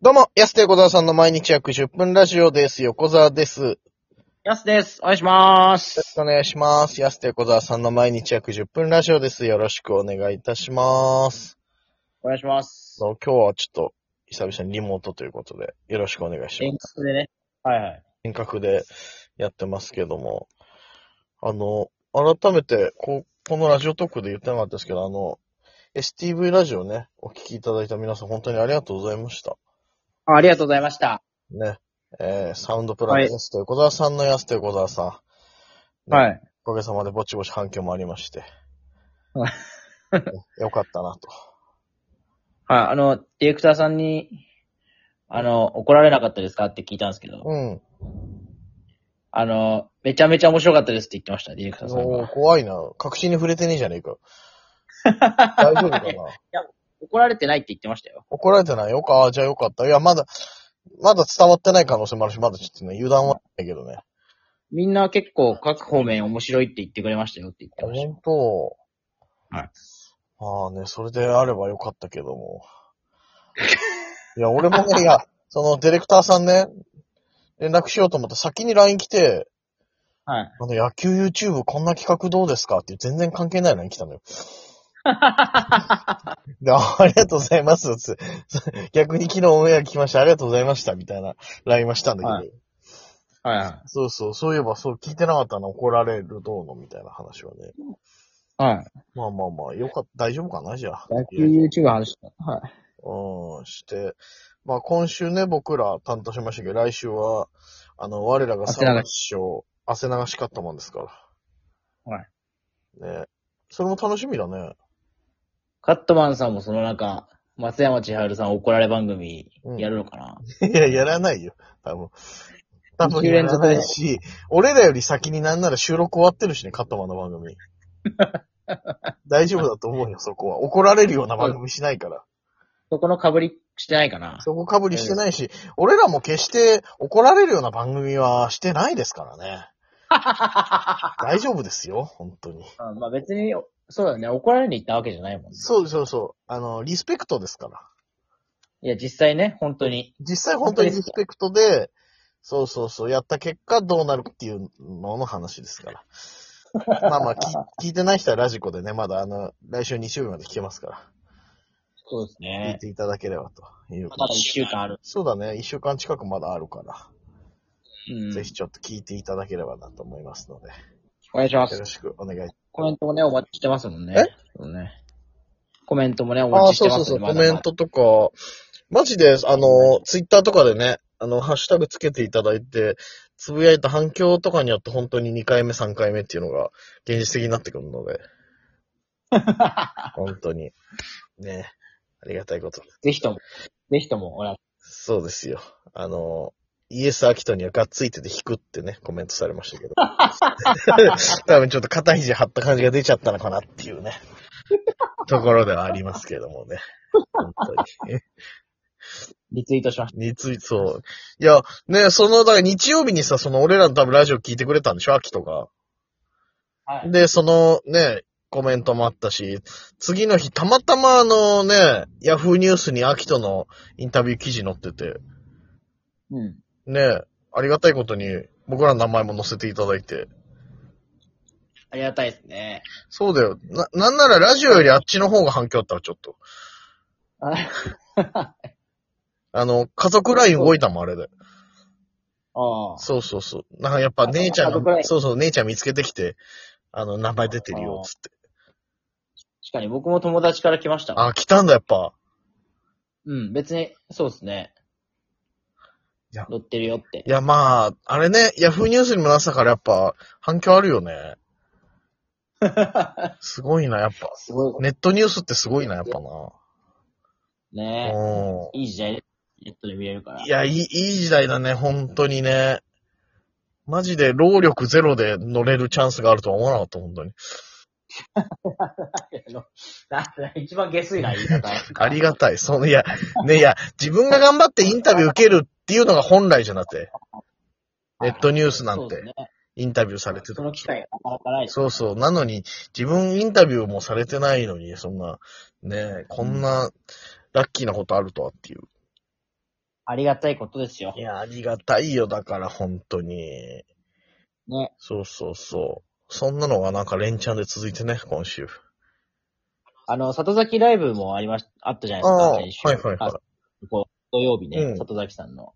どうも、安手小沢さんの毎日約10分ラジオです。横沢です。よやすです。お願いしまろすし。くお願いします。安手小沢さんの毎日約10分ラジオです。よろしくお願いいたします。お願いします。そう今日はちょっと、久々にリモートということで、よろしくお願いしま遠す。隔でね。はいはい。遠隔でやってますけども、あの、改めて、ここのラジオトークで言ってなかったですけど、あの、STV ラジオね、お聞きいただいた皆さん本当にありがとうございました。あありがとうございました。ね。えー、サウンドプラネスと横澤さんのやつと横澤さん。はい。おかげさまでぼちぼち反響もありま して。はねよかったなと。はい。あの、ディレクターさんに、あの、怒られなかったですかって聞いたんですけど、うん。あの、めちゃめちゃ面白かったですって言ってました、ディレクターさんおがー。怖いな。確信に触れてねえじゃねえか。大丈夫 かな怒られてないって言ってましたよ。怒られてないよか、あーじゃあよかった。いや、まだ、まだ伝わってない可能性もあるし、まだちょっとね、油断はないけどね。みんな結構各方面面白いって言ってくれましたよって言ってました。本当はい。まあね、それであればよかったけども。いや、俺もね、いや、そのディレクターさんね、連絡しようと思って先に LINE 来て、はい。あの、野球 YouTube こんな企画どうですかって全然関係ないのに来たの よ。で、あありがとうございます。つって逆に昨日オンエア来ました。ありがとうございました。みたいな LINE はしたんだけど。ははいはそうそう、そういえばそう聞いてなかったな。怒られるどうのみたいな話はね。い。はい。まあまあまあ、よかった。大丈夫かなじゃあ。野球 YouTube 話した。はい。うん、して。まあ今週ね、僕ら担当しましたけど、来週は、あの、我らが汗流し沢田師匠、汗流しかったもんですから。。はいねそれも楽しみだね。 カットマンさんもそのなんか、松山千春さん怒られ番組やるのかな、いや、やらないよ。多分。多分やらないし、俺らより先になんなら収録終わってるしね、カットマンの番 組。大丈夫だと思うよ、そこは。怒られるような番組しないから。そこの被りしてないかなそこかぶりしてないし、俺らも決して怒られるような番組はしてないですからね。大丈夫ですよ、本当に。あまあ別に、そうだね、怒られに行ったわけじゃないもんね。そうそうそう。あの、リスペクトですから。いや、実際ね、本当に。実際本当にリスペクトで、そうそうそう、やった結果どうなるっていうのの話ですから。 まあまあ、き聞いてない人はラジコでね、まだあの、来週日曜日まで聞けますかそうですら、聞いね。ていただければというまことだで一週間ある。そうだね、一週間近くまだあるから、うん。ぜひちょっと聞いていただければなと思いますので、お願いしまよろす。しくお願いします。コメントもね、お待ちしてますもんね。えそうね。コメントもね、おあ待あ、ちしそてうそまうすそねう、まコだまだメントとか、マジで、あの、ツイッターとかでね、あの、ハッシュタグつけていただいて、つぶやいた反響とかによって本当に2回目、3回目っていうのが現実的になってくるので。本当に。ねありがたいこと。ぜひとも、ぜひとも、お願いそうですよ。あの、イエス・アキトにはがっついてて引くってね、コメントされましたけど。多分ちょっと肩肘張った感じが出ちゃったのかなっていうね、ところではありますけどもね。本当に。リツイートしましについ、そう。いや、ね、その、だから日曜日にさ、その俺らの多分ラジオ聞いてくれたんでしょ、秋とか。た。はい。で、そのね、コメントもあったし、次の日、たまたまあのね、ヤフーニュースに秋とのインタビュー記事載ってて、うん。ね、ありがたいことに僕らの名前も載せていただいて。ありがたいですね。そうだよ。な、なんならラジオよりあっちの方が反響あったわ、ちょっと。ああの、家族ライン動いたもん、あれで。ああ。そうそうそう。なんかやっぱ姉ちゃあ家族ライん、ンそうそう、姉ちゃん見つけてきて、あの、名前出てるよ、つって。確かに僕も友達から来ました。あ、来たんだ、やっぱ。うん、別に、そうですね。いや乗ってるよってい。や、まあ、あれね、ヤフーニュースにもなってたからやっぱ、反響あるよ ね。すごいな、やっぱ。すごいネットニュースってすごいな、やっぱな。ねえ。ういい時代、ネットで見れるから。ん。いや、いい、いい時代だね、本当にね。マジで労力ゼロで乗れるチャンスがあるとは思わなかった、本当に。あのだって一番下水な言い方。ありがたい。その、いや、ね、いや、自分が頑張ってインタビュー受けるっていうのが本来じゃなくて。 ネットニュースなんそうですて、ね。インタビューされてたそ。の機会がなかなかないです。そうそう。なのに、自分インタビューもされてないのに、そんな、ねえ、こんな、ラッキーなことあるとはっていう。ありがたいことですよい。や、ありがたいよ、だから、本当に。ね。そうそうそう。そんなのがなんか連チャンで続いてね、今週。あの、里崎ライブもありまし、あったじゃないですああか、ー、はい先週。はいはいあ。こう土曜日ね、うん里崎さんの。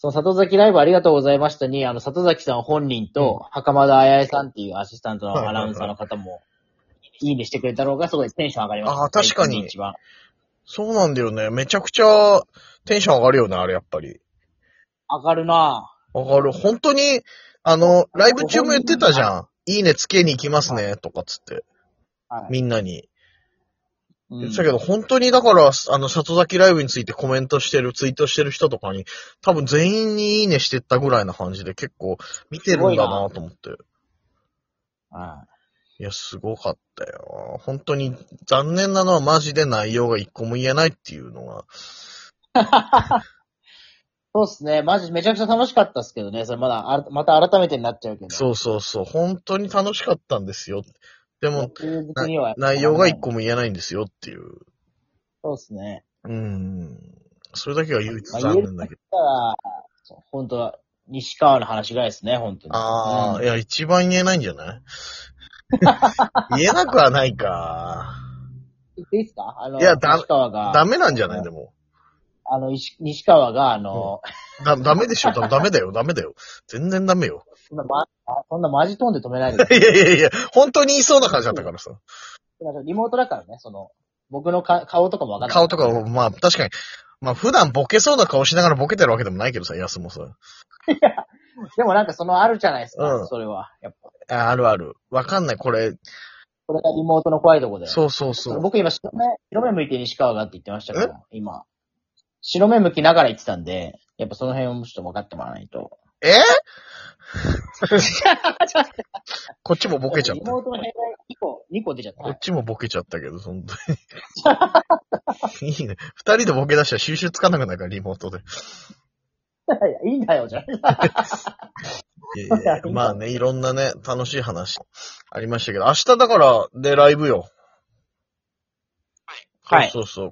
その里崎ライブありがとうございましたに、あの、里崎さん本人と、袴田彩さんっていうアシスタントはいのはアいはいナウンサーの方も、いいねしてくれたのがすごいテンション上がりました。あー確かに一番。そうなんだよね。めちゃくちゃテンション上がるよね、あれやっぱり。上がるなぁ上がる。本当に、あの、ライブ中も言ってたじゃん。いいねつけに行きますね、とかつって。はいみんなに。う言んってたけど、本当にだから、あの、里崎ライブについてコメントしてる、ツイートしてる人とかに、多分全員にいいねしてったぐらいな感じで結構見てるんだなと思って。はいや、すごかったよ。本当に残念なのはマジで内容が一個も言えないっていうのが。そうっすね。マジめちゃくちゃ楽しかったっすけどね。それまだ、あまた改めてになっちゃうけど。そうそうそう。本当に楽しかったんですよ。でも、僕的には内容が一。個も言えないんですよっていう。そうっすね。うん。それだけが唯一まあ残念だけど。だから、そう本当は、西川の話ぐらいですね、本当に。ああ、うんいや、一番言えないんじゃない 言えなくはないか。言っていいですかあの、いやだ西川が、ダメなんじゃないでも。あの、石西川が、あの、だ、ダメでしょだダメだよ、ダメだよ。全然ダメよ。 そんな、ま、あそんなマジトーンで止めないで くいやいやいや、本当に言いそうな感じだったからさ。ださい。リモートだからね、その、僕のか顔とかもわかんない。顔とか、まあ確かに、まあ普段ボケそうな顔しながらボケてるわけでもないけどさ、安もさ。でもなんかそのあるじゃないですか、うんそれは。やっぱ。ああるある。わかんない、これ。これがリモートの怖いとこで。そうそうそう。僕今白目、白目向いて西川がって言ってましたけど、今。白目向きながら言ってたんで、やっぱその辺をちょっと分かってもらわないと。 えこっちもボケちゃっリた。モートの弊害2個、2個出ちゃった。こっちもボケちゃったけど、本当 に。いいね。二人でボケ出したら収集つかなくなるから、リモートで。 いやいいんだよ、じゃあ。いやいやいやまあね、いろんなね、楽しい話ありましたけど、明日だから、で、ライブよ。はい。そうそ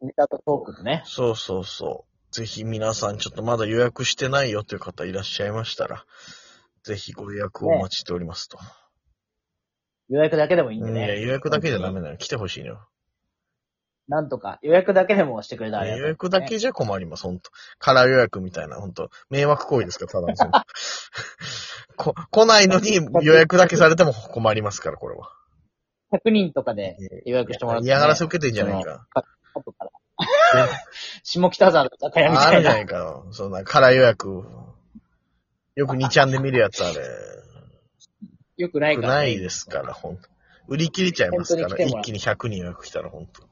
うネタとトークでね。そう。そうそうそう。ぜひ皆さん、ちょっとまだ予約してないよという方いらっしゃいましたら、ぜひご予約をお待ちしておりますと。予約だけでもいいんでいやね。予約だけじゃダメなの。来てほしいのよ。なんとか、予約だけでもしてくれたらありがたい予ですね約だけじゃ困ります、本当空予約みたいな、本当迷惑行為ですから、ただのそ のこ。来ないのに予約だけされても困りますから、これは。 100人とかで予約してもらって、ね。嫌がらせ受けてんじゃないか。後から下北沢の居酒屋みあたるいじゃなな。いか。そんな、空予約。よく2ちゃんで見るやつあれ。 よくないよくから、ないですから、本当売り切れちゃいますか本ら、当に来てもらう一気に100人予約来たら、本当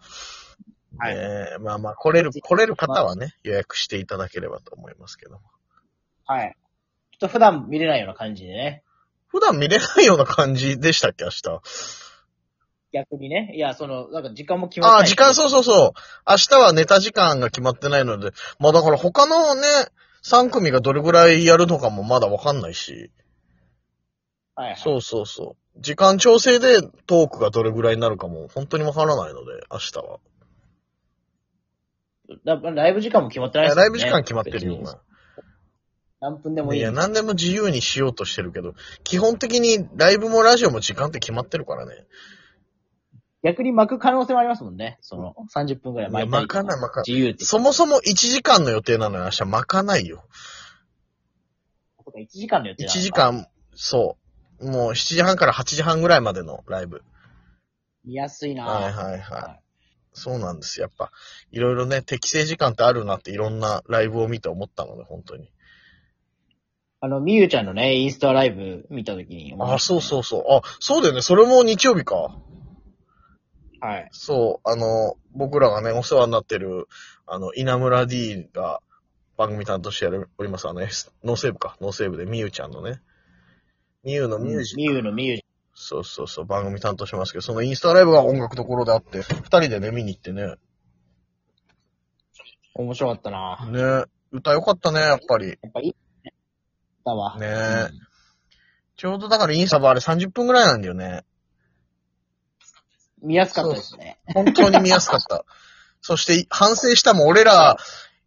はいねえまあまあ、来れる、来れる方はね、予約していただければと思いますけども。はい。ちょっと普段見れないような感じでね。普段見れないような感じでしたっけ、明日。逆にね。いや、その、なんか時間も決まってあないあ、時間そうそうそう。明日はネタ時間が決まってないので、まあだから他のね、3組がどれぐらいやるのかもまだわかんないし。はいはい。そうそうそう。時間調整でトークがどれぐらいになるかも本当にわからないので、明日は。だライブ時間も決まってないいでやすもライブんね時間決まってるよ。別に今何分でもいいい。や、何でも自由にしようとしてるけど、基本的にライブもラジオも時間って決まってるからね。逆に巻く可能性もありますもんね。その、30分ぐらいいや、巻いまかない、まかない。自由って。そもそも1時間の予定なのよ、明日まかないよ。そうか1時間の予定1なのか時。間、そう。もう7時半から8時半ぐらいまでのライブ。見やすいなはいはいはい。そうなんですよ。やっぱ、いろいろね、適正時間ってあるなっていろんなライブを見て思ったので、本当に。あの、みゆちゃんのね、インスタライブ見たときに思いあ、ましたそうそうそう。あ、そうだよね。それも日曜日か。はい。そう、あの、僕らがね、お世話になってる、あの、稲村 D が番組担当してやるおります。あの、S- ノーセーブか。ノーセーブで、みゆちゃんのね。みゆのミュージックみゆのみゆちそうそうそう、番組担当しますけど、そのインスタライブが音楽ところであって、二人でね、見に行ってね。ゃん。面白かったなね歌よかったね、やっぱり。やっぱいいね。だわ。ねうんちょうどだからインスタはあれ30分ぐらいなんだよね。見やすかったですね。本当に見やすかった。そして、反省したもん、俺ら、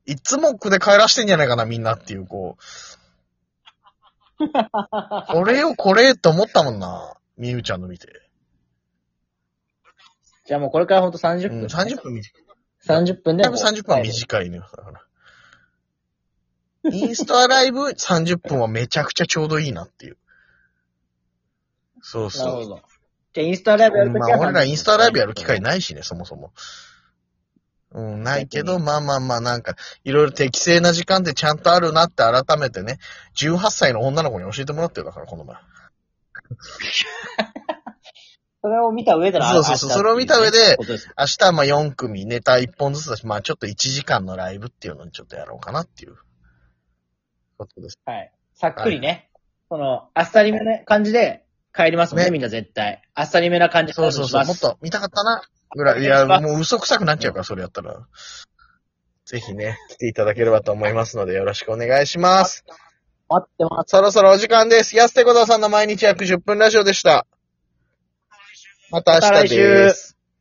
いつもこれ帰らしてんじゃないかな、みんなっていう、こう。これよ、これと思ったもんな。みゆちゃんの見て。じゃあもうこれからほんと30う分、ん、30分短い。 30分でだいもぶう。 30分は短いのよ、だから。インスタライブ30分はめちゃくちゃちょうどいいなっていう。そうなるほそど。じゃあインスタライブやう。るときまはあ、俺らインスタライブやる機会ね。ないしね、そもそも。うん、ないけど、まあまあまあ、なんか、いろいろ適正な時間でちゃんとあるなって改めてね、18歳の女の子に教えてもらってるだから、この前。それを見た上でのそうそうそうそれを見た上でことす明日はまあ4組ネタ1本ずつだし、まあちょっと1時間のライブっていうのにちょっとやろうかなっていうことです。はい。さっくりね。その、あっさりめな感じで帰りますもんね、ねみんな絶対。あっさりめな感じでそうそうそう。帰りもっますと見たかったな、ぐらい。いや、もう嘘くさくなっちゃうから、それやったら。ぜひね、来ていただければと思いますので、よろしくお願いします。待ってます。そろそろお時間です。安手小沢さんの毎日約10分ラジオでした。また明日です。